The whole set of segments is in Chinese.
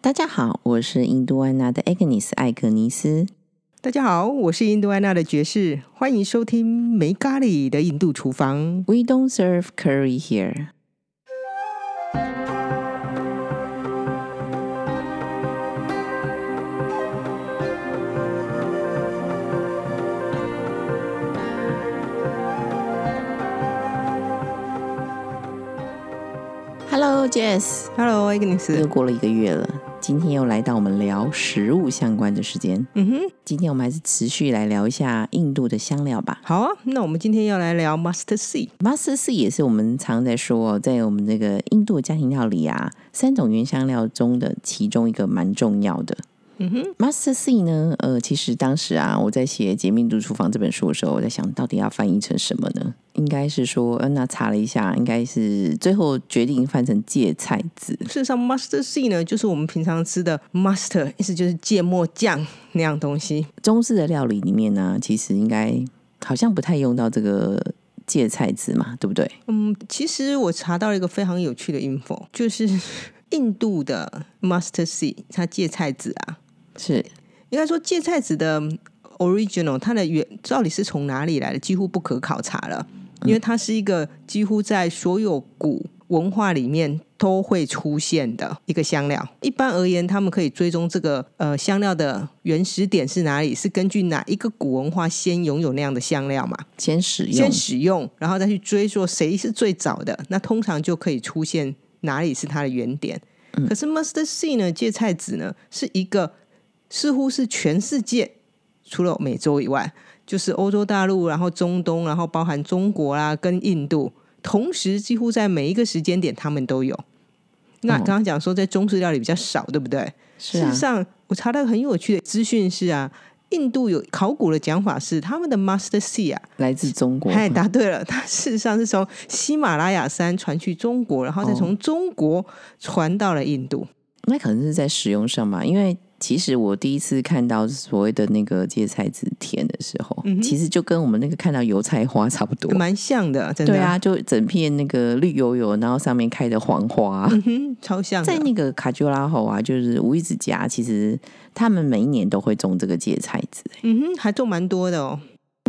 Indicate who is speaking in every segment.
Speaker 1: 大家好，我是印度安娜的 Agnes 艾格尼斯。
Speaker 2: 大家好，我是印度安娜的爵士，欢迎收听没咖喱的印度厨房。
Speaker 1: We don't serve curry here。Hello Jess，又
Speaker 2: Hello，Agnes。
Speaker 1: 过了一个月了，今天又来到我们聊食物相关的时间。
Speaker 2: 嗯哼，
Speaker 1: 今天我们还是持续来聊一下印度的香料吧。
Speaker 2: 好啊，那我们今天要来聊 Master C。
Speaker 1: Master C 也是我们常在说哦，在我们这个印度家庭料理啊，三种原香料中的其中一个蛮重要的。
Speaker 2: 嗯哼，
Speaker 1: Master C 呢，呃，其实当时啊，我在写《解密读厨房》这本书的时候，我在想到底要翻译成什么呢？应该是说，嗯、那查了一下，应该是最后决定翻成芥菜籽。
Speaker 2: 事实上，Master C 呢，就是我们平常吃的 Master，意思就是芥末酱那样东西。
Speaker 1: 中式的料理里面呢、其实应该好像不太用到这个芥菜籽嘛，对不对？
Speaker 2: 嗯，其实我查到了一个非常有趣的 info，就是 印度的 Master C，它芥菜籽啊，
Speaker 1: 是
Speaker 2: 应该说芥菜籽的 original，它的原到底是从哪里来的，几乎不可考察了，因为它是一个几乎在所有古文化里面都会出现的一个香料。一般而言，他们可以追踪这个呃香料的原始点是哪里，是根据哪一个古文化先拥有那样的香料嘛，
Speaker 1: 先使用，
Speaker 2: 先使用，然后再去追溯谁是最早的，那通常就可以出现哪里是它的原点。
Speaker 1: 嗯
Speaker 2: 可是 Master C 呢，芥菜籽呢，是一个似乎是全世界除了美洲以外，就是欧洲大陆，然后中东，然后包含中国啦、跟印度，同时几乎在每一个时间点他们都有。那刚刚讲说在中式料理比较少，对不对？
Speaker 1: 哦是
Speaker 2: 事
Speaker 1: 啊
Speaker 2: 实，上，我查到很有趣的资讯是啊，印度有考古的讲法是他们的 Master C 啊，
Speaker 1: 来自中国。
Speaker 2: 哎，答对了， 它事实上是从喜马拉雅山传去中国，然后再
Speaker 1: 哦
Speaker 2: 从中国传到了印度。
Speaker 1: 嗯那可能是在使用上嘛，因为其实我第一次看到所谓的那个芥菜籽甜的时候，其实就跟我们那个看到油菜花差不多。
Speaker 2: 嗯蛮像的，真的，
Speaker 1: 对啊，就整片那个绿油油，然后上面开的黄花。
Speaker 2: 嗯，超像
Speaker 1: 在
Speaker 2: 的。
Speaker 1: 那个卡丘拉后啊，就是无一之家，其实他们每一年都会种这个芥菜籽。
Speaker 2: 嗯哼，还种蛮多的哦。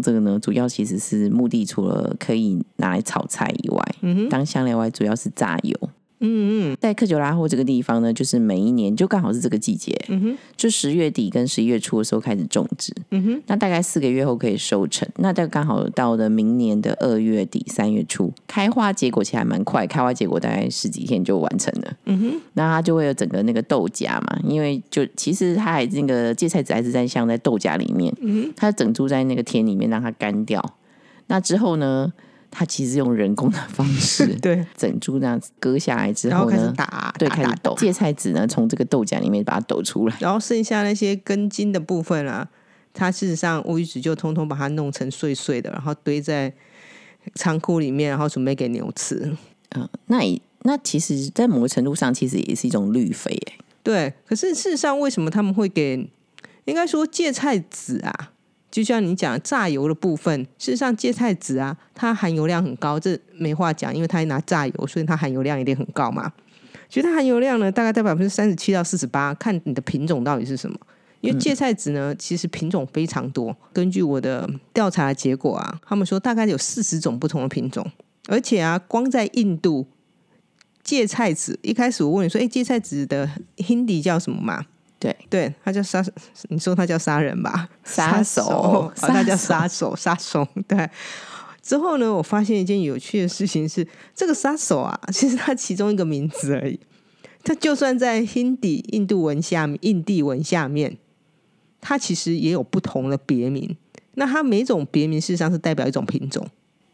Speaker 1: 这个呢，主要其实是目的除了可以拿来炒菜以外，
Speaker 2: 嗯哼，
Speaker 1: 当香料外，主要是榨油。
Speaker 2: 嗯嗯
Speaker 1: 在克久拉霍这个地方呢，就是每一年就刚好是这个季节，
Speaker 2: 嗯哼，
Speaker 1: 就十月底跟十一月初的时候开始种植，
Speaker 2: 嗯哼，
Speaker 1: 那大概四个月后可以收成，那大概刚好到了明年的二月底三月初开花结果，其实还蛮快，开花结果大概十几天就完成了。
Speaker 2: 嗯哼，
Speaker 1: 那它就会有整个那个豆荚嘛，因为就其实它还那个芥菜籽还是在像在豆荚里面，
Speaker 2: 嗯，
Speaker 1: 它整株在那个田里面让它干掉。那之后呢，它其实用人工的方式
Speaker 2: 对，
Speaker 1: 整株那样子割下来之
Speaker 2: 然后
Speaker 1: 后
Speaker 2: 开始
Speaker 1: 呢，
Speaker 2: 打，
Speaker 1: 对，
Speaker 2: 打
Speaker 1: 开始
Speaker 2: 打斗，
Speaker 1: 芥菜籽呢从这个豆荚里面把它抖出来。
Speaker 2: 然后剩下那些根茎的部分啊，它事实上乌鱼子就通通把它弄成碎碎的，然后堆在仓库里面，然后准备给牛吃。
Speaker 1: 嗯，那也那其实，在某个程度上，其实也是一种绿肥、欸。
Speaker 2: 对，可是事实上，为什么他们会给？应该说芥菜籽啊，就像你讲榨油的部分，事实上芥菜籽啊，它含油量很高，这没话讲，因为它拿榨油，所以它含油量一定很高嘛。其实它含油量呢，大概在百分之三十七到四十八，看你的品种到底是什么。因为芥菜籽呢，其实品种非常多。根据我的调查结果啊，他们说大概有四十种不同的品种，而且啊，光在印度芥菜籽，一开始我问你说，哎，芥菜籽的 Hindi 叫什么嘛？
Speaker 1: 对，
Speaker 2: 对，它叫杀，你说它叫杀人吧？
Speaker 1: 杀手
Speaker 2: 手，
Speaker 1: 杀
Speaker 2: 哦它叫
Speaker 1: 手
Speaker 2: 杀手，杀手。对。之后呢，我发现一件有趣的事情是，这个杀手啊，其实它其中一个名字而已。它就算在 Hindi 印度文下面，印地文下面，它其实也有不同的别名。那它每种别名事实上是代表一种品种。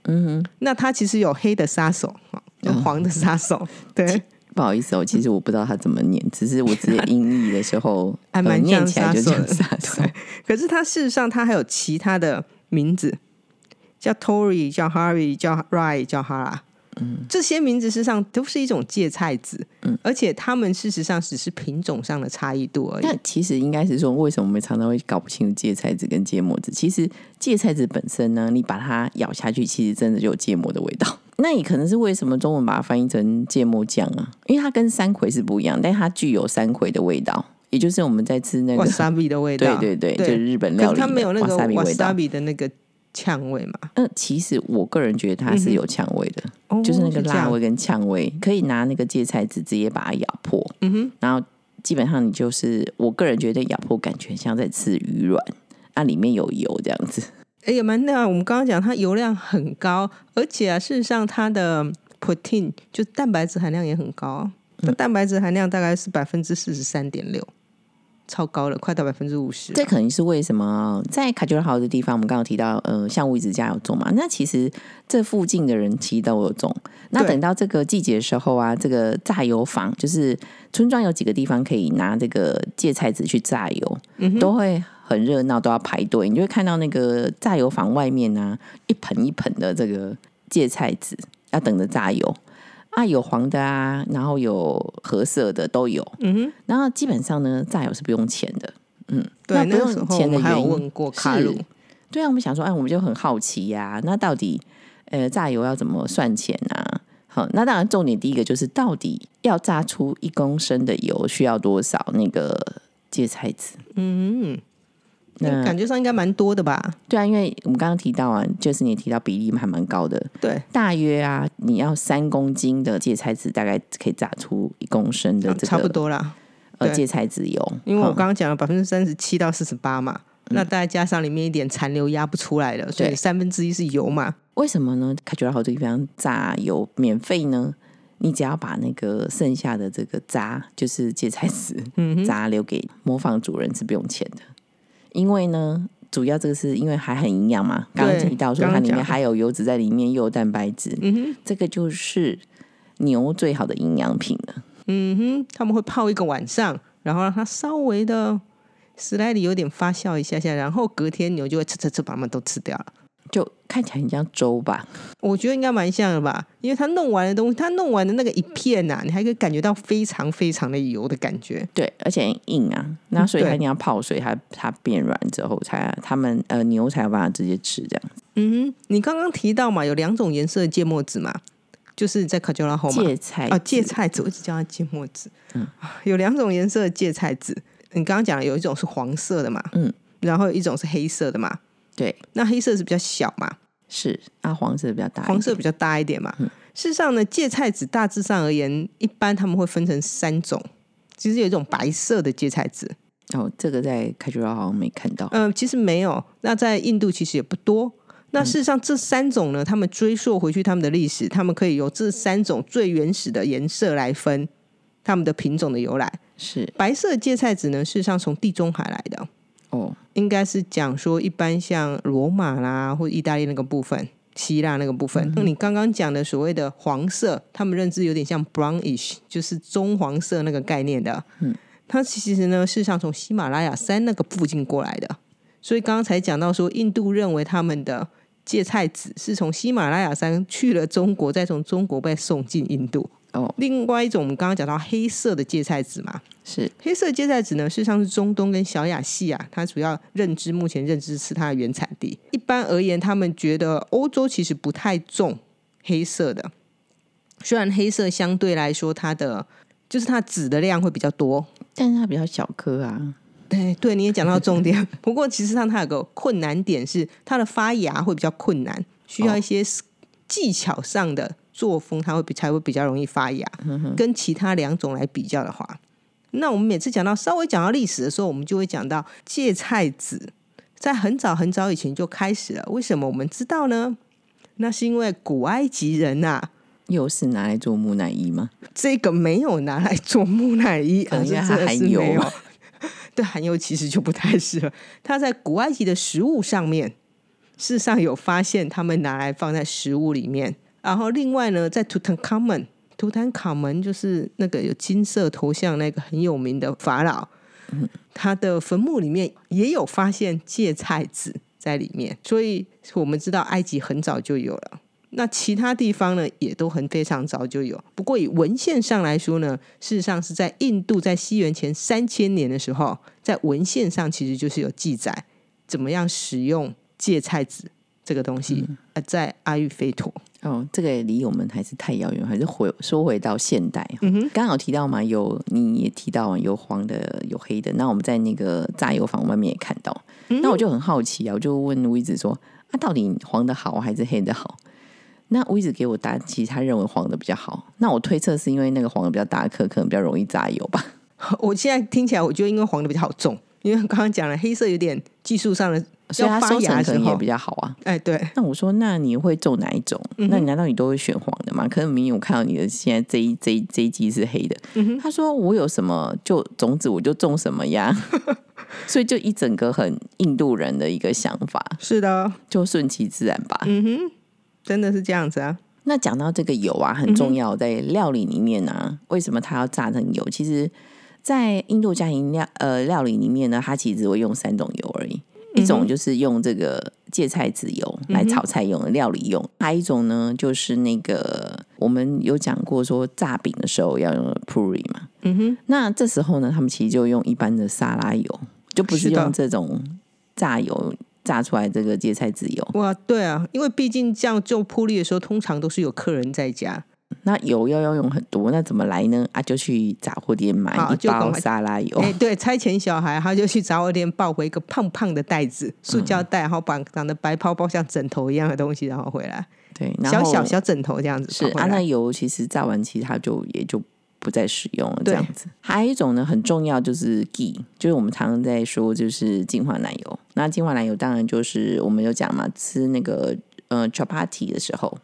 Speaker 1: 嗯
Speaker 2: 那它其实有黑的杀手，哦有
Speaker 1: 嗯
Speaker 2: 黄的杀手， 对，
Speaker 1: 哼，不好意思哦，其实我不知道它怎么念，只是我直 接音译的时候，
Speaker 2: 还蛮
Speaker 1: 呃念
Speaker 2: 像
Speaker 1: 起来就
Speaker 2: 杀手
Speaker 1: 像
Speaker 2: 的
Speaker 1: 杀手。
Speaker 2: 可是它事实上它还有其他的名字，叫 Tory，叫 Harry，叫 Rai，叫 Hara。嗯，这些名字事实上都是一种芥菜籽，嗯，而且它们事实上只是品种上的差异度而已。
Speaker 1: 那其实应该是说，为什么我们常常会搞不清楚芥菜籽跟芥末籽？其实芥菜籽本身呢，你把它咬下去，其实真的就有芥末的味道。 那也可能是为什么中文把它翻译成芥末酱啊？因为它跟山葵是不一样，但它具有山葵的味道，也就是我们在吃那个
Speaker 2: 瓦， 萨比的味
Speaker 1: 对
Speaker 2: 道，
Speaker 1: 对对，
Speaker 2: 对
Speaker 1: 就是日本
Speaker 2: 可
Speaker 1: 料
Speaker 2: 是
Speaker 1: 理
Speaker 2: 它没有那个
Speaker 1: 瓦萨米
Speaker 2: 瓦
Speaker 1: 味道
Speaker 2: 萨。比的那个呛味嘛，
Speaker 1: 那其实我个人觉得
Speaker 2: 嗯
Speaker 1: 它是有呛味的，
Speaker 2: 哦
Speaker 1: 就是那个
Speaker 2: 这
Speaker 1: 辣
Speaker 2: 样
Speaker 1: 味跟呛味，可以拿那个芥菜籽直接把它咬破，嗯哼，然后基本上你就是，我个人觉得咬破感觉像在吃鱼卵，那、里面有油这样子，
Speaker 2: 哎也蛮那我们刚刚讲它油量很高，而且啊，事实上它的 protein 就蛋白质含量也很高啊，
Speaker 1: 嗯
Speaker 2: 它蛋白质含量大概是百分之四十三点六，超高了，快到百分之五十。
Speaker 1: 这可能是为什么在卡丘尔豪的地方，我们刚刚有提到，呃，像物质家有种嘛，那其实这附近的人其实都有种。那
Speaker 2: 对
Speaker 1: 等到这个季节的时候啊，这个榨油坊就是村庄有几个地方可以拿这个芥菜籽去榨油，都会很热闹，都要排队。你就会看到那个榨油坊外面啊，一盆一盆的这个芥菜籽，要等着榨油。啊，有黄的啊，然后有褐色的都有，嗯哼，然后基本上呢，榨油是不用钱的，
Speaker 2: 对，
Speaker 1: 那
Speaker 2: 那
Speaker 1: 不
Speaker 2: 个时
Speaker 1: 用
Speaker 2: 候
Speaker 1: 钱
Speaker 2: 我
Speaker 1: 的
Speaker 2: 们还有
Speaker 1: 原因
Speaker 2: 问过卡
Speaker 1: 是
Speaker 2: 鲁，
Speaker 1: 对啊，我们想说，哎，我们就很好奇呀、那到底呃榨油要怎么算钱啊？好，那当然重点第一个就是到底要榨出一公升的油需要多少那个芥菜籽？
Speaker 2: 嗯那个感觉上应该蛮多的吧？
Speaker 1: 对啊，因为我们刚刚提到啊，就是你也提到比例还蛮高的，
Speaker 2: 对，
Speaker 1: 大约啊，你要三公斤的芥菜籽，大概可以榨出一公升的这个、
Speaker 2: 啊差不多啦。
Speaker 1: 呃
Speaker 2: 对
Speaker 1: 芥菜籽油，
Speaker 2: 因为我
Speaker 1: 好嗯
Speaker 2: 刚刚讲了百分之三十七到四十八嘛，那大概加上里面一点残留压不出来了，所以
Speaker 1: 对
Speaker 2: 三分之一是油嘛。
Speaker 1: 为什么呢？卡觉拉好这个地方榨油免费呢？你只要把那个剩下的这个渣，就是芥菜籽
Speaker 2: 嗯
Speaker 1: 渣留给模仿主人是不用钱的，因为呢，主要这个是因为还很营养嘛。刚刚
Speaker 2: 对
Speaker 1: 提到说
Speaker 2: 刚
Speaker 1: 它
Speaker 2: 刚
Speaker 1: 里面
Speaker 2: 讲
Speaker 1: 还有油脂在里面，又有蛋白质，
Speaker 2: 嗯
Speaker 1: 这个就是牛最好的营养品了。
Speaker 2: 嗯哼，他们会泡一个晚上，然后让它稍微的史莱里有点发酵一下下，然后隔天牛就会吃吃吃把它们都吃掉了。
Speaker 1: 就看起来很像粥吧，
Speaker 2: 我觉得应该蛮像的吧，因为它弄完的东西，它弄完的那个一片呐、啊你还可以感觉到非常非常的油的感觉。
Speaker 1: 对，而且很硬啊，那所以它
Speaker 2: 对
Speaker 1: 一定要泡水，它它变软之后才，它们呃牛才有办法直接吃这样。
Speaker 2: 嗯哼，你刚刚提到嘛，有两种颜色的芥末籽嘛，就是在卡丘拉后嘛，
Speaker 1: 芥菜
Speaker 2: 啊，芥菜籽，我一直叫它芥末籽。嗯，有两种颜色的芥菜籽，你刚刚讲的有一种是黄色的嘛，
Speaker 1: 嗯，
Speaker 2: 然后有一种是黑色的嘛。
Speaker 1: 对，
Speaker 2: 那黑色是比较小嘛，
Speaker 1: 是啊，黄色比较大一点，
Speaker 2: 黄色比较大一点嘛。事实上呢，芥菜籽大致上而言，一般他们会分成三种。其实有一种白色的芥菜籽，
Speaker 1: 哦，这个在开学绕好像没看到，
Speaker 2: 嗯、其实没有。那在印度其实也不多。那事实上，这三种呢，他们追溯回去他们的历史，他们可以由这三种最原始的颜色来分他们的品种的由来。
Speaker 1: 是
Speaker 2: 白色芥菜籽呢，事实上从地中海来的，
Speaker 1: 哦，
Speaker 2: 应该是讲说一般像罗马啦，或意大利那个部分、希腊那个部分。那、你刚刚讲的所谓的黄色，他们认知有点像 brownish，就是棕黄色那个概念的。嗯，它其实呢，事实上从喜马拉雅山那个附近过来的，所以刚刚才讲到说，印度认为他们的。芥菜籽是从喜马拉雅山去了中国，再从中国被送进印度。
Speaker 1: 哦，
Speaker 2: 另外一种，我们刚刚讲到黑色的芥菜籽嘛，
Speaker 1: 是
Speaker 2: 黑色芥菜籽呢，事实上是中东跟小亚细亚，它主要认知目前认知是它的原产地。一般而言，他们觉得欧洲其实不太种黑色的，虽然黑色相对来说它的就是它籽的量会比较多。
Speaker 1: 但是它比较小颗啊，
Speaker 2: 对，哎对，你也讲到重点。 不过其实上它有个困难点是，它的发芽会比较困难，需要一些技巧上的作风，它会比才会比较容易发芽。跟其他两种来比较的话，那我们每次讲到稍微讲到历史的时候，我们就会讲到芥菜籽在很早很早以前就开始了。为什么我们知道呢？那是因为古埃及人啊呐、
Speaker 1: 又是拿来做木乃伊吗？
Speaker 2: 这个没有拿来做木乃 伊，呃
Speaker 1: 可能因为
Speaker 2: 而且
Speaker 1: 它含油嘛
Speaker 2: 对含油其实就不太适合。它在古埃及的食物上面，事实上有发现他们拿来放在食物里面。然后另外呢，在图坦卡门，图坦卡门就是那个有金色头像那个很有名的法老，他的坟墓里面也有发现芥菜籽在里面，所以我们知道埃及很早就有了。那其他地方呢，也都很非常早就有。不过以文献上来说呢，事实上是在印度在西元前三千年的时候，在文献上其实就是有记载怎么样使用芥菜籽这个东西。
Speaker 1: 嗯
Speaker 2: 呃，在阿育吠陀，
Speaker 1: 哦，这个离我们还是太遥远，还是回说回到现代。
Speaker 2: 嗯哼，
Speaker 1: 刚好提到嘛，有你也提到嘛，有黄的，有黑的。那我们在那个榨油坊外面也看到，
Speaker 2: 嗯
Speaker 1: 那我就很好奇啊，我就问威子说啊，到底黄的好还是黑的好？那威子给我答案，其实他认为黄的比较好。那我推测是因为那个黄的比较大颗，可能比较容易榨油吧。
Speaker 2: 我现在听起来，我觉得因为黄的比较好种，因为刚刚讲了黑色有点技术上的
Speaker 1: 呃所以
Speaker 2: 要
Speaker 1: 它
Speaker 2: 发
Speaker 1: 收
Speaker 2: 芽
Speaker 1: 成可
Speaker 2: 的时
Speaker 1: 能也
Speaker 2: 候
Speaker 1: 比，较好啊。
Speaker 2: 哎，对，
Speaker 1: 那我说，那你会种哪一种？
Speaker 2: 嗯哼
Speaker 1: 那你难道你都会选黄的吗？可是明明我看到你的现在这一这一这一季是黑的。
Speaker 2: 嗯
Speaker 1: 他说我有什么就种子我就种什么 呀，所以就一整个很印度人的一个想法，
Speaker 2: 是的，
Speaker 1: 就顺其自然吧。
Speaker 2: 嗯哼，真的是这样子啊。
Speaker 1: 那讲到这个油啊，很重要，在料理里面呢、啊，为什么它要榨成油？其实，在印度家庭料呃料理里面呢，它其实只会用三种油而已。一种就是用这个芥菜籽油来炒菜用的、料理用，还有一种呢就是那个我们有讲过说炸饼的时候要用 puri 嘛，
Speaker 2: 嗯哼，
Speaker 1: 那这时候呢他们其实就用一般的沙拉油，就不是
Speaker 2: 是的
Speaker 1: 用这种榨油榨出来这个芥菜籽油。
Speaker 2: 哇，对啊，因为毕竟这样做铺力的时候，通常都是有客人在家，
Speaker 1: 那油要要用很多，那怎么来呢？啊，就去杂货店买
Speaker 2: 好
Speaker 1: 一
Speaker 2: 就赶
Speaker 1: 包
Speaker 2: 快
Speaker 1: 沙拉油
Speaker 2: 哎、，对，差遣小孩，他就去杂货店抱回一个胖胖的袋子，塑胶
Speaker 1: 嗯
Speaker 2: 袋，然后把长得白泡泡像枕头一样的东西，然后回来，
Speaker 1: 对，然
Speaker 2: 小
Speaker 1: 后
Speaker 2: 小小枕头这样子
Speaker 1: 是
Speaker 2: 抱回
Speaker 1: 啊，那
Speaker 2: 来。
Speaker 1: 油其实榨完，其实它就也就不再使用了，这
Speaker 2: 对
Speaker 1: 样子。还有一种呢，很重要就是 ghee，就是我们常常在说就是精华奶油。那精华奶油当然就是我们有讲嘛，吃那个呃 chapati 的时候。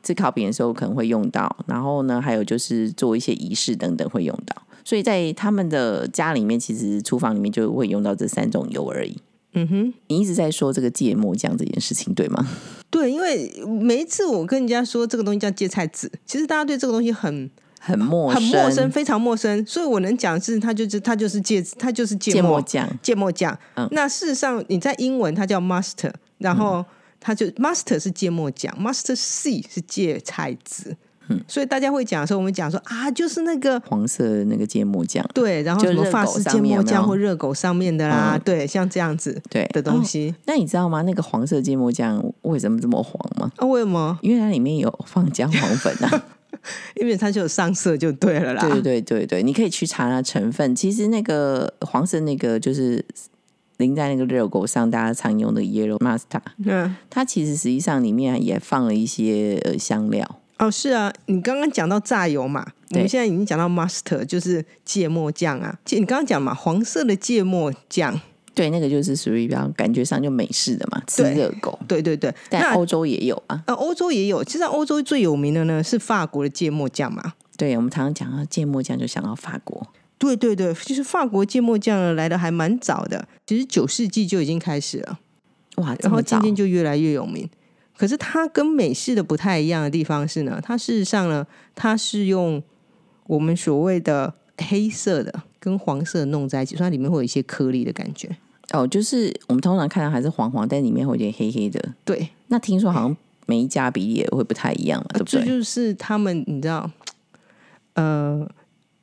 Speaker 1: 吃烤饼的时候可能会用到，然后呢，还有就是做一些仪式等等会用到，所以在他们的家里面，其实厨房里面就会用到这三种油而已。
Speaker 2: 嗯哼，
Speaker 1: 你一直在说这个芥末酱这件事情，对吗？
Speaker 2: 对，因为每一次我跟人家说这个东西叫芥菜籽，其实大家对这个东西很
Speaker 1: 很陌
Speaker 2: 很
Speaker 1: 生，
Speaker 2: 陌生，非常陌生，所以我能讲的是它就是它就是芥它就是芥
Speaker 1: 芥
Speaker 2: 末
Speaker 1: 末酱，
Speaker 2: 芥末酱。
Speaker 1: 嗯
Speaker 2: 那事实上，你在英文它叫 master，然后它就 master 是芥末酱，master C 是芥菜籽。嗯，所以大家会讲的时候，我们讲说啊，就是那个
Speaker 1: 黄色的那个芥末酱，
Speaker 2: 对，然后
Speaker 1: 就
Speaker 2: 什么
Speaker 1: 热
Speaker 2: 法
Speaker 1: 狗
Speaker 2: 式
Speaker 1: 上
Speaker 2: 芥
Speaker 1: 面有
Speaker 2: 末
Speaker 1: 没有
Speaker 2: 酱或热狗上面的啦，
Speaker 1: 嗯
Speaker 2: 对，像这样子
Speaker 1: 对
Speaker 2: 的东
Speaker 1: 哦
Speaker 2: 西。
Speaker 1: 那你知道吗？那个黄色芥末酱为什么这么黄吗？
Speaker 2: 啊，为什么？
Speaker 1: 因为它里面有放姜黄粉啊！
Speaker 2: 因为它就有上色就对了啦。
Speaker 1: 对对对对，你可以去查它成分。其实那个黄色那个就是淋在那个热狗上，大家常用的 yellow mustard，
Speaker 2: 嗯，
Speaker 1: 它其实实际上里面也放了一些呃香料。
Speaker 2: 哦，是啊，你刚刚讲到榨油嘛，我
Speaker 1: 对
Speaker 2: 们现在已经讲到 master 就是芥末酱啊。芥你刚刚讲嘛，黄色的芥末酱，
Speaker 1: 对，那个就是属于比较感觉上就美式的嘛，吃
Speaker 2: 对
Speaker 1: 热狗。
Speaker 2: 对对对。
Speaker 1: 但
Speaker 2: 那
Speaker 1: 欧洲也有啊，
Speaker 2: 呃，欧洲也有，其实欧洲最有名的呢是法国的芥末酱嘛。
Speaker 1: 对，我们常常讲到芥末酱，就想到法国。
Speaker 2: 对对对，就是法国芥末酱呢来的还蛮早的，其实九世纪就已经开始了，
Speaker 1: 哇，这
Speaker 2: 然后
Speaker 1: 么
Speaker 2: 渐
Speaker 1: 早
Speaker 2: 渐就越来越有名。可是它跟美式的不太一样的地方是呢，它事实上呢，它是用我们所谓的黑色的跟黄色弄在一起，所以它里面会有一些颗粒的感觉。
Speaker 1: 哦，就是我们通常看到还是黄黄，但里面会有点黑黑的。
Speaker 2: 对，
Speaker 1: 那听说好像每一家比例也会不太一样嘛，对不
Speaker 2: 啊这
Speaker 1: 对？
Speaker 2: 就是他们你知道，呃，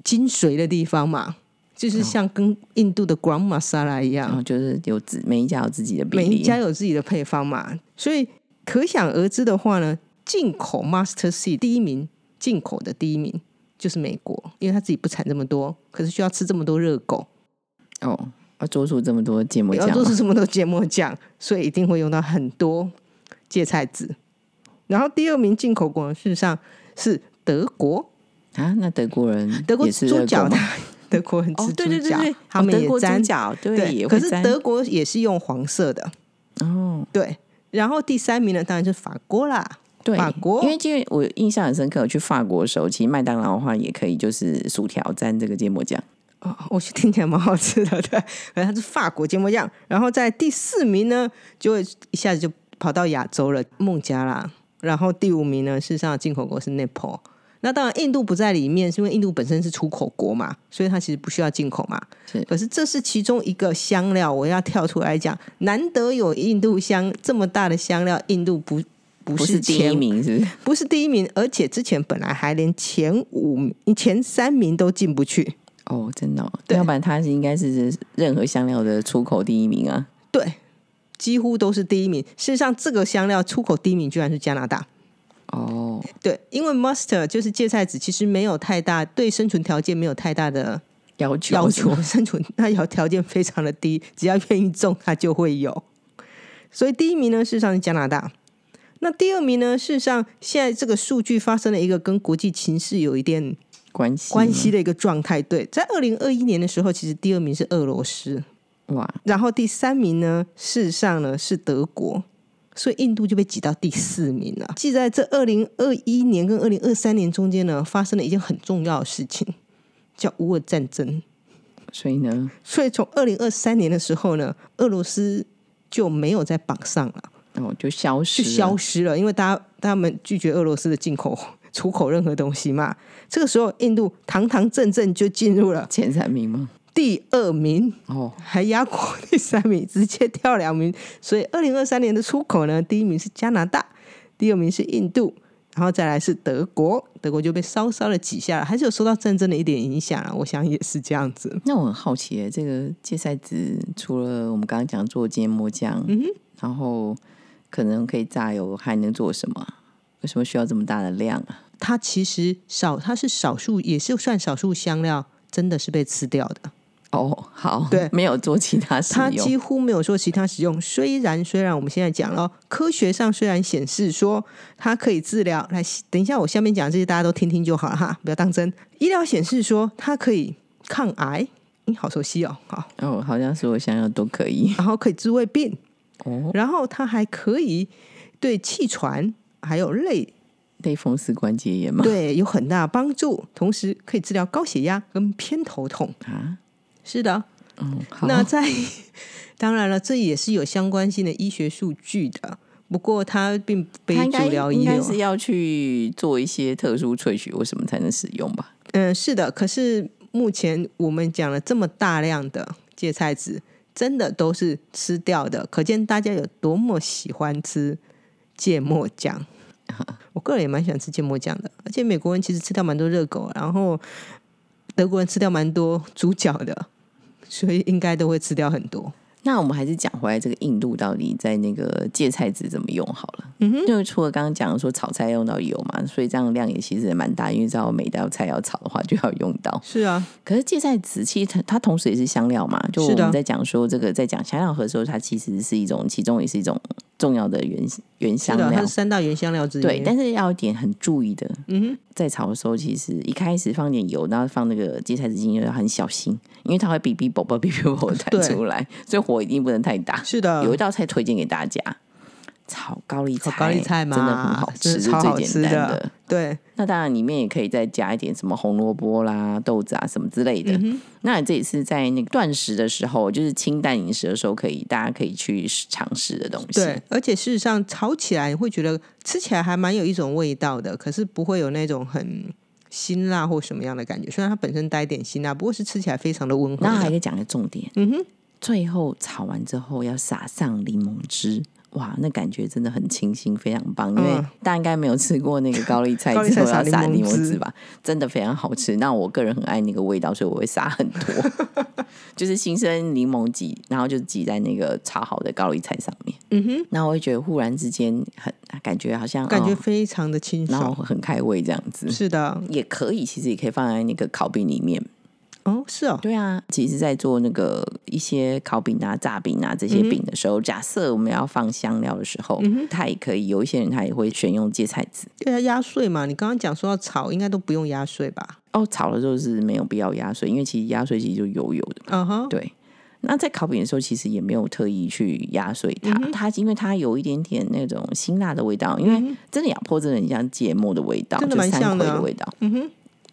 Speaker 2: 精髓的地方嘛，就是
Speaker 1: 嗯
Speaker 2: 像跟印度的 Gram Masala
Speaker 1: 然
Speaker 2: 一样，
Speaker 1: 后就是有自每一家有自己的比
Speaker 2: 每一
Speaker 1: 例
Speaker 2: 家，有自己的配方嘛，所以可想而知的话呢，进口 Master C 第一名，进口的第一名就是美国，因为他自己不产这么多，可是需要吃这么多热狗，
Speaker 1: 哦，要做出这么多芥末
Speaker 2: 也要
Speaker 1: 酱
Speaker 2: 做
Speaker 1: 吗，
Speaker 2: 出这么多芥末酱，所以一定会用到很多芥菜籽。然后第二名进口国呢，事实上是德国。
Speaker 1: 啊？那德国人
Speaker 2: 德国
Speaker 1: 也
Speaker 2: 吃
Speaker 1: 是
Speaker 2: 猪
Speaker 1: 热
Speaker 2: 脚
Speaker 1: 狗
Speaker 2: 的
Speaker 1: 吗？，
Speaker 2: 德国人吃
Speaker 1: 哦
Speaker 2: 猪，脚，
Speaker 1: 对对对对，
Speaker 2: 他
Speaker 1: 哦
Speaker 2: 们
Speaker 1: 德
Speaker 2: 也
Speaker 1: 国猪
Speaker 2: 沾。
Speaker 1: 脚，对，
Speaker 2: 对，
Speaker 1: 也
Speaker 2: 可
Speaker 1: 会
Speaker 2: 是
Speaker 1: 沾
Speaker 2: 德国也是用黄色的，
Speaker 1: 哦，
Speaker 2: 对。然后第三名呢，当然是法国啦。
Speaker 1: 对，
Speaker 2: 法国
Speaker 1: 因为因为我印象很深刻，我去法国的时候，其实麦当劳的话也可以就是薯条沾这个芥末酱，
Speaker 2: 哦，我觉得听起来蛮好吃的，对。可是它是法国芥末酱。然后在第四名呢，就会一下子就跑到亚洲了，孟加拉。然后第五名呢，事实上的进口国是 Nepal。那当然，印度不在里面，是因为印度本身是出口国嘛，所以它其实不需要进口嘛。
Speaker 1: 是
Speaker 2: 可是这是其中一个香料，我要跳出来讲，难得有印度香这么大的香料，印度不不
Speaker 1: 不是第
Speaker 2: 前
Speaker 1: 一名，是不是？
Speaker 2: 不是第一名，而且之前本来还连前五名、前三名都进不去。
Speaker 1: 哦，真的、哦，
Speaker 2: 对
Speaker 1: 要不然它是应该是任何香料的出口第一名啊。
Speaker 2: 对，几乎都是第一名。事实上，这个香料出口第一名居然是加拿大。
Speaker 1: 哦，
Speaker 2: 对，因为 mustard 就是芥菜籽，其实没有太大对生存条件没有太大的
Speaker 1: 要求
Speaker 2: 要
Speaker 1: 是吗
Speaker 2: 求，生存 它要条件非常的低，只要愿意种，它就会有。所以第一名呢，事实上是加拿大。那第二名呢？事实上，现在这个数据发生了一个跟国际情势有一点
Speaker 1: 关系
Speaker 2: 关
Speaker 1: 吗
Speaker 2: 系的一个状态。对，在二零二一年的时候，其实第二名是俄罗斯，
Speaker 1: 哇，
Speaker 2: 然后第三名呢，事实上呢是德国，所以印度就被挤到第四名了。记在这二零二一年跟二零二三年中间呢，发生了一件很重要的事情，叫乌俄战争。
Speaker 1: 所以呢，
Speaker 2: 所以从二零二三年的时候呢，俄罗斯就没有在榜上了，
Speaker 1: 哦，就消失
Speaker 2: 就
Speaker 1: 了，
Speaker 2: 消失了，因为大家他们拒绝俄罗斯的进口。出口任何东西嘛，这个时候印度堂堂正正就进入了
Speaker 1: 前三名吗？
Speaker 2: 第二名，
Speaker 1: 哦，
Speaker 2: 还压过第三名，直接掉两名。所以二零二三年的出口呢，第一名是加拿大，第二名是印度，然后再来是德国，德国就被稍稍的挤下了，还是有受到战争的一点影响啊。我想也是这样子。
Speaker 1: 那我很好奇耶，这个芥菜籽除了我们刚刚讲做芥末酱，
Speaker 2: 嗯
Speaker 1: 然后可能可以榨油，还能做什么啊？为什么需要这么大的量啊？
Speaker 2: 它其实少，它是少数，也是算少数香料，真的是被吃掉的。
Speaker 1: 哦，好，
Speaker 2: 对
Speaker 1: 没有做其他使
Speaker 2: 它
Speaker 1: 用，
Speaker 2: 几乎没有说其他使用。虽然虽然我们现在讲了，科学上虽然显示说它可以治疗，来等一下我下面讲这些大家都听听就好了哈，不要当真。医疗显示说它可以抗癌，你好熟悉哦，好，
Speaker 1: 哦，好像所有香料都可以，
Speaker 2: 然后可以治胃病，
Speaker 1: 哦，
Speaker 2: 然后它还可以对气喘还有泪
Speaker 1: 类风湿关节炎嘛，
Speaker 2: 对有很大的帮助，同时可以治疗高血压跟偏头痛。
Speaker 1: 啊，
Speaker 2: 是的，
Speaker 1: 嗯，好，
Speaker 2: 那在当然了，这也是有相关性的医学数据的。不过它并非
Speaker 1: 它应该
Speaker 2: 主疗
Speaker 1: 应
Speaker 2: 医
Speaker 1: 该
Speaker 2: 疗，啊
Speaker 1: 是要去做一些特殊萃取或什么才能使用吧？
Speaker 2: 嗯、是的。可是目前我们讲了这么大量的芥菜籽，真的都是吃掉的，可见大家有多么喜欢吃芥末 酱。我个人也蛮喜欢吃芥末酱的，而且美国人其实吃掉蛮多热狗，然后德国人吃掉蛮多猪脚的，所以应该都会吃掉很多。
Speaker 1: 那我们还是讲回来，这个印度到底在那个芥菜籽怎么用好了？嗯哼，就是除了刚刚讲说炒菜用到油嘛，所以这样量也其实也蛮大，因为知道每道菜要炒的话就要用到。
Speaker 2: 是啊，
Speaker 1: 可是芥菜籽其实它它同时也是香料嘛，就我
Speaker 2: 是的
Speaker 1: 们在讲说这个在讲香料盒的时候，它其实是一种，其中也是一种重要的原原
Speaker 2: 是
Speaker 1: 香
Speaker 2: 的，它
Speaker 1: 料
Speaker 2: 是。三大原香料之一。
Speaker 1: 对，但是要有一点很注意的，嗯哼，在炒的时候，其实一开始放点油，然后放那个芥菜籽进去要很小心，因为它会哔哔啵啵哔哔啵啵弹
Speaker 2: 对
Speaker 1: 出来，所以火一定不能太大。
Speaker 2: 是的，
Speaker 1: 有一道菜推荐给大家，炒高丽菜，
Speaker 2: 嗯炒高丽菜嘛
Speaker 1: 真的很好吃，
Speaker 2: 真的
Speaker 1: 是
Speaker 2: 超好
Speaker 1: 最
Speaker 2: 吃
Speaker 1: 简
Speaker 2: 的
Speaker 1: 单的。
Speaker 2: 对，
Speaker 1: 那当然，里面也可以再加一点什么红萝卜啦、豆子啊什么之类
Speaker 2: 嗯
Speaker 1: 的。那这也是在那个断食的时候，就是清淡饮食的时候，可以大家可以去尝试的东西。
Speaker 2: 对，而且事实上炒起来你会觉得吃起来还蛮有一种味道的，可是不会有那种很辛辣或什么样的感觉。虽然它本身带一点辛辣，不过是吃起来非常的温和
Speaker 1: 那还
Speaker 2: 的。
Speaker 1: 可以讲个重点，嗯哼，最后炒完之后要撒上柠檬汁。哇，那感觉真的很清新，非常棒。因为大家应该没有吃过那个高丽菜
Speaker 2: 高丽
Speaker 1: 之
Speaker 2: 菜
Speaker 1: 后要
Speaker 2: 撒
Speaker 1: 撒
Speaker 2: 柠
Speaker 1: 柠
Speaker 2: 檬
Speaker 1: 檬
Speaker 2: 汁
Speaker 1: 汁吧，真的非常好吃。那我个人很爱那个味道，所以我会撒很多，就是新生柠檬挤，然后就挤在那个炒好的高丽菜上面。嗯哼，那我会觉得忽然之间很感觉好像
Speaker 2: 感觉
Speaker 1: 哦
Speaker 2: 非常的清
Speaker 1: 然后
Speaker 2: 爽。
Speaker 1: 很开胃这样子。
Speaker 2: 是的，
Speaker 1: 也可以，其实也可以放在那个烤饼里面，
Speaker 2: 哦，是哦，
Speaker 1: 对啊，其实，在做那个一些烤饼啊、炸饼啊
Speaker 2: 嗯
Speaker 1: 这些饼的时候，假设我们要放香料的时候，它也可以有一些人他也会选用芥菜籽。
Speaker 2: 对啊，压碎嘛，你刚刚讲说要炒，应该都不用压碎吧？
Speaker 1: 哦，炒的时候是没有必要压碎，因为其实压碎其实就油油的。
Speaker 2: 嗯哼，
Speaker 1: 对，那在烤饼的时候，其实也没有特意去压碎它，
Speaker 2: 嗯
Speaker 1: 它因为它有一点点那种辛辣的味道，因为真的咬破真的很像芥末的味道，
Speaker 2: 嗯真的
Speaker 1: 就
Speaker 2: 蛮
Speaker 1: 山
Speaker 2: 像的
Speaker 1: 葵
Speaker 2: 啊
Speaker 1: 的味道。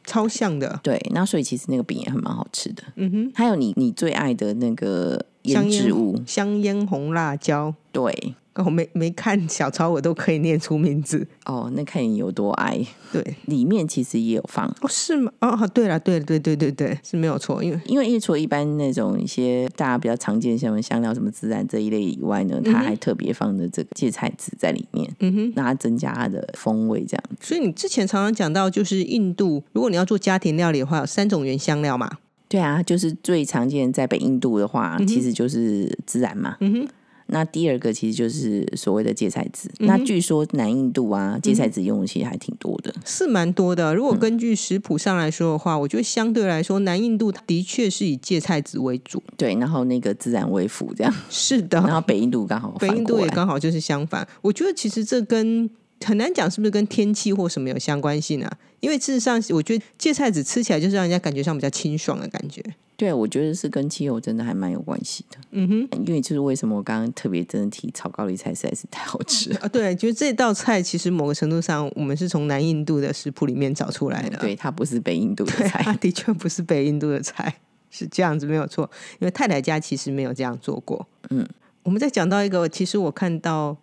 Speaker 2: 超像的。
Speaker 1: 对，那所以其实那个饼也很蛮好吃的。嗯哼，还有你你最爱的那个腌制物，
Speaker 2: 香烟红辣椒。
Speaker 1: 对，
Speaker 2: 我没没看小抄，我都可以念出名字。
Speaker 1: 哦，那看你有多爱。
Speaker 2: 对，
Speaker 1: 里面其实也有放，
Speaker 2: 哦，是吗？哦，好对了，对对对对对，是没有错，因为
Speaker 1: 因为一除了一般那种一些大家比较常见的像香料、什么孜然这一类以外呢，它还特别放的这个芥菜籽在里面，
Speaker 2: 嗯哼，
Speaker 1: 让它增加它的风味。这样子，
Speaker 2: 所以你之前常常讲到，就是印度，如果你要做家庭料理的话，有三种原香料嘛。
Speaker 1: 对啊，就是最常见在北印度的话，其实就是孜然嘛。
Speaker 2: 嗯哼，嗯
Speaker 1: 那第二个其实就是所谓的芥菜籽。那据说南印度啊，芥菜籽用的其实还挺多的。
Speaker 2: 是蛮多的。
Speaker 1: 嗯
Speaker 2: 如果根据食谱上来说的话，我觉得相对来说，南印度它的确是以芥菜籽为主。
Speaker 1: 对，然后那个孜然为辅这样，
Speaker 2: 是的，
Speaker 1: 然后北印度刚好
Speaker 2: 哦北
Speaker 1: 反
Speaker 2: 印度
Speaker 1: 过
Speaker 2: 也
Speaker 1: 来。
Speaker 2: 刚好就是相反。我觉得其实这跟很难讲是不是跟天气或什么有相关性啊？因为事实上，我觉得芥菜籽吃起来就是让人家感觉上比较清爽的感觉。
Speaker 1: 对，我觉得是跟气候真的还蛮有关系的。
Speaker 2: 嗯哼，
Speaker 1: 因为就是为什么我刚刚特别真的提炒高丽菜实在是太好 吃了。
Speaker 2: 啊，对，就是这道菜其实某个程度上，我们是从南印度的食谱里面找出来的。
Speaker 1: 对，它不是北印度的
Speaker 2: 啊对，啊它
Speaker 1: 菜。
Speaker 2: 的确不是北印度的菜，是这样子没有错。因为太太家其实没有这样做过。
Speaker 1: 嗯，
Speaker 2: 我们再讲到一个，其实我看到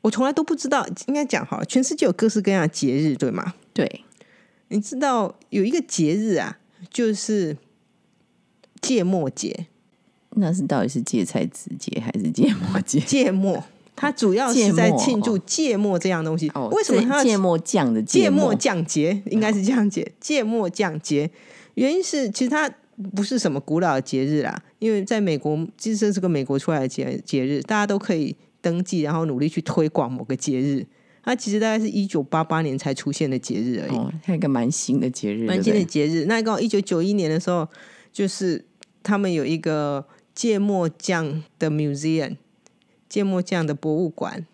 Speaker 2: 我从来都不知道，应该讲好了，全世界有各式各样的节日，对吗？
Speaker 1: 对，
Speaker 2: 你知道有一个节日啊，就是芥末节，
Speaker 1: 那是到底是芥菜籽节还是芥 末节？
Speaker 2: 芥末，它主要是在庆祝芥末这样东西。
Speaker 1: 哦，
Speaker 2: 为什么
Speaker 1: 这
Speaker 2: 它要
Speaker 1: 芥末酱的
Speaker 2: 芥末
Speaker 1: 末？嗯
Speaker 2: 降节，应该是降节，芥末降节。原因是其实它不是什么古老的节日啦，因为在美国，其实这是个美国出来的节节日，大家都可以登记，然后努力去推广某个节日。它其实大概是一九八八年才出现的节日而已，
Speaker 1: 哦，它有一个蛮新的节日，
Speaker 2: 蛮
Speaker 1: 对
Speaker 2: 新
Speaker 1: 不对
Speaker 2: 的节日。那刚好一九九一年的时候，就是他们有一个芥末酱的 museum，芥末酱的博物馆，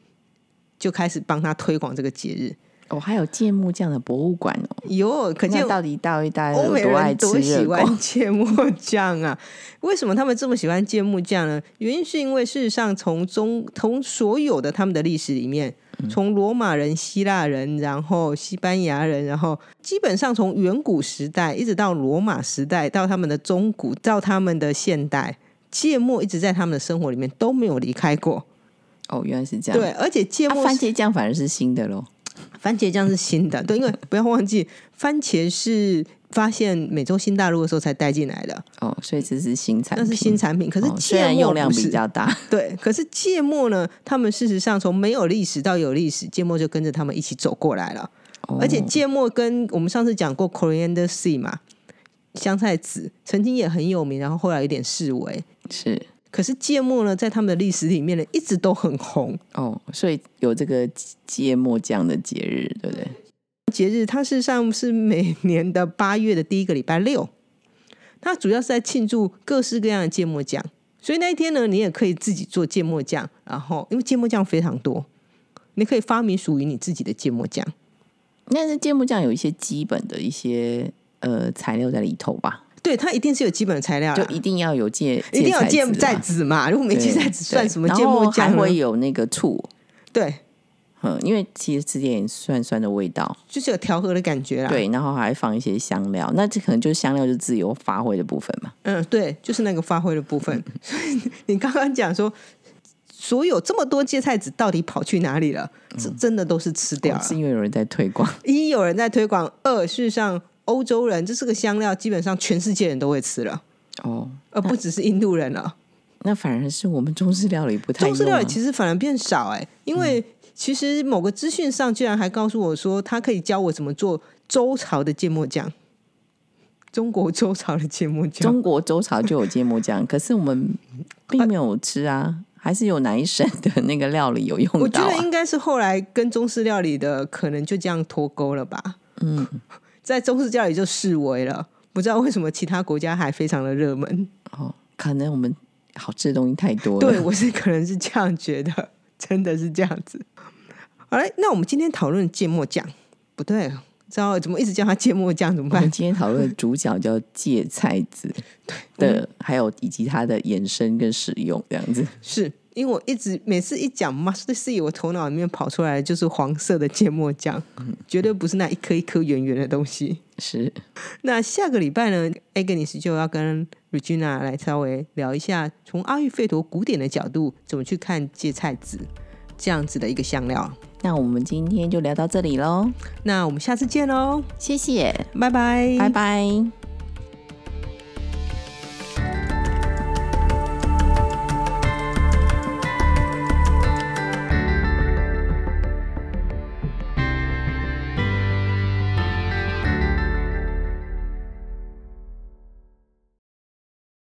Speaker 2: 就开始帮他推广这个节日。
Speaker 1: 哦，还有芥末酱的博物馆哦。
Speaker 2: 有，可见
Speaker 1: 那到底大卫大家
Speaker 2: 欧
Speaker 1: 有
Speaker 2: 美
Speaker 1: 多爱
Speaker 2: 人
Speaker 1: 吃
Speaker 2: 多喜
Speaker 1: 热狗？
Speaker 2: 欢 芥末酱啊！为什么他们这么喜欢芥末酱呢？原因是因为事实上从中从所有的他们的历史里面，
Speaker 1: 嗯
Speaker 2: 从罗马人、希腊人，然后西班牙人，然后基本上从远古时代一直到罗马时代，到他们的中古，到他们的现代。芥末一直在他们的生活里面都没有离开过，
Speaker 1: 哦，原来是这样。
Speaker 2: 对，而且芥
Speaker 1: 啊，
Speaker 2: 末
Speaker 1: 番
Speaker 2: 是、
Speaker 1: 茄酱反而是新的喽。
Speaker 2: 番茄酱是新的，对，因为不要忘记，番茄是发现美洲新大陆的时候才带进来的，
Speaker 1: 哦，所以这是新产
Speaker 2: 那
Speaker 1: 品。
Speaker 2: 是新产品，可是
Speaker 1: 哦虽
Speaker 2: 芥
Speaker 1: 然
Speaker 2: 末
Speaker 1: 用
Speaker 2: 不
Speaker 1: 量比
Speaker 2: 是。
Speaker 1: 较大，
Speaker 2: 对，可是芥末呢？他们事实上从没有历史到有历史，芥末就跟着他们一起走过来了。
Speaker 1: 哦
Speaker 2: 而且芥末跟我们上次讲过 coriander seed 嘛，香菜籽曾经也很有名，然后后来有点式微。
Speaker 1: 是
Speaker 2: 可是芥末呢，在他们的历史里面呢，一直都很红。
Speaker 1: 哦，所以有这个芥末酱的节日，对不对？
Speaker 2: 节日，它事实上是每年的八月的第一个礼拜六，它主要是在庆祝各式各样的芥末酱，所以那一天呢，你也可以自己做芥末酱，然后因为芥末酱非常多，你可以发明属于你自己的芥末酱。
Speaker 1: 但是芥末酱有一些基本的一些呃材料在里头吧，
Speaker 2: 对，它一定是有基本的材料啦
Speaker 1: 就一定要有芥，
Speaker 2: 啊一定要有芥
Speaker 1: 芥
Speaker 2: 菜
Speaker 1: 菜籽
Speaker 2: 籽嘛，如果
Speaker 1: 嘛
Speaker 2: 没
Speaker 1: 对
Speaker 2: 芥菜籽，算
Speaker 1: 对
Speaker 2: 什么芥末
Speaker 1: 然
Speaker 2: 酱
Speaker 1: 后还会
Speaker 2: 呢？
Speaker 1: 有那个醋，
Speaker 2: 对，
Speaker 1: 嗯，因为其实吃点酸酸的味道，
Speaker 2: 就是有调和的感觉啦。，
Speaker 1: 对，然后还放一些香料，那这可能就是香料就自由发挥的部分嘛。
Speaker 2: 嗯，对，就是那个发挥的部分。所以你刚刚讲说，所有这么多芥菜籽到底跑去哪里了？这真的都是吃掉了。
Speaker 1: 是因为有人在推 广，
Speaker 2: 一有人在推广，二事实上欧洲人这是个香料，基本上全世界人都会吃了，
Speaker 1: 哦，
Speaker 2: 而不只是印度人了。
Speaker 1: 那反而是我们中式料理不太
Speaker 2: 中式料理
Speaker 1: 用啊
Speaker 2: 其实反而变少哎、因为其实某个资讯上居然还告诉我说，他可以教我怎么做周朝的芥末酱，中国周朝的芥末酱。
Speaker 1: 中国周朝就有芥末酱，可是我们并没有吃啊，还是有哪一省的那个料理有
Speaker 2: 我
Speaker 1: 用
Speaker 2: 觉
Speaker 1: 到、
Speaker 2: 得
Speaker 1: 啊？
Speaker 2: 应该是后来跟中式料理的可能就这样脱钩了吧。嗯， 在中式料理就示威了，不知道为什么其他国家还非常的热门。
Speaker 1: 哦，可能我们好吃的东西太多了。
Speaker 2: 对，我是可能是这样觉得，真的是这样子。好嘞，那我们今天讨论芥末酱，不对，知道怎么一直叫它芥末酱怎么
Speaker 1: 我们
Speaker 2: 办？
Speaker 1: 今天讨论的主角叫芥菜子的，还有以及它的衍生跟使用这样子。
Speaker 2: 是因为我一直每次一讲 mustard seed，我头脑里面跑出来的就是黄色的芥末酱，绝对不是那一颗一颗圆圆的东西。
Speaker 1: 是
Speaker 2: 那下个礼拜呢，Agnes 就要跟 Regina 来稍微聊一下，从阿育吠陀古典的角度怎么去看芥菜籽这样子的一个香料。
Speaker 1: 那我们今天就聊到这里喽，
Speaker 2: 那我们下次见喽，哦
Speaker 1: 谢谢，
Speaker 2: 拜拜，
Speaker 1: 拜拜。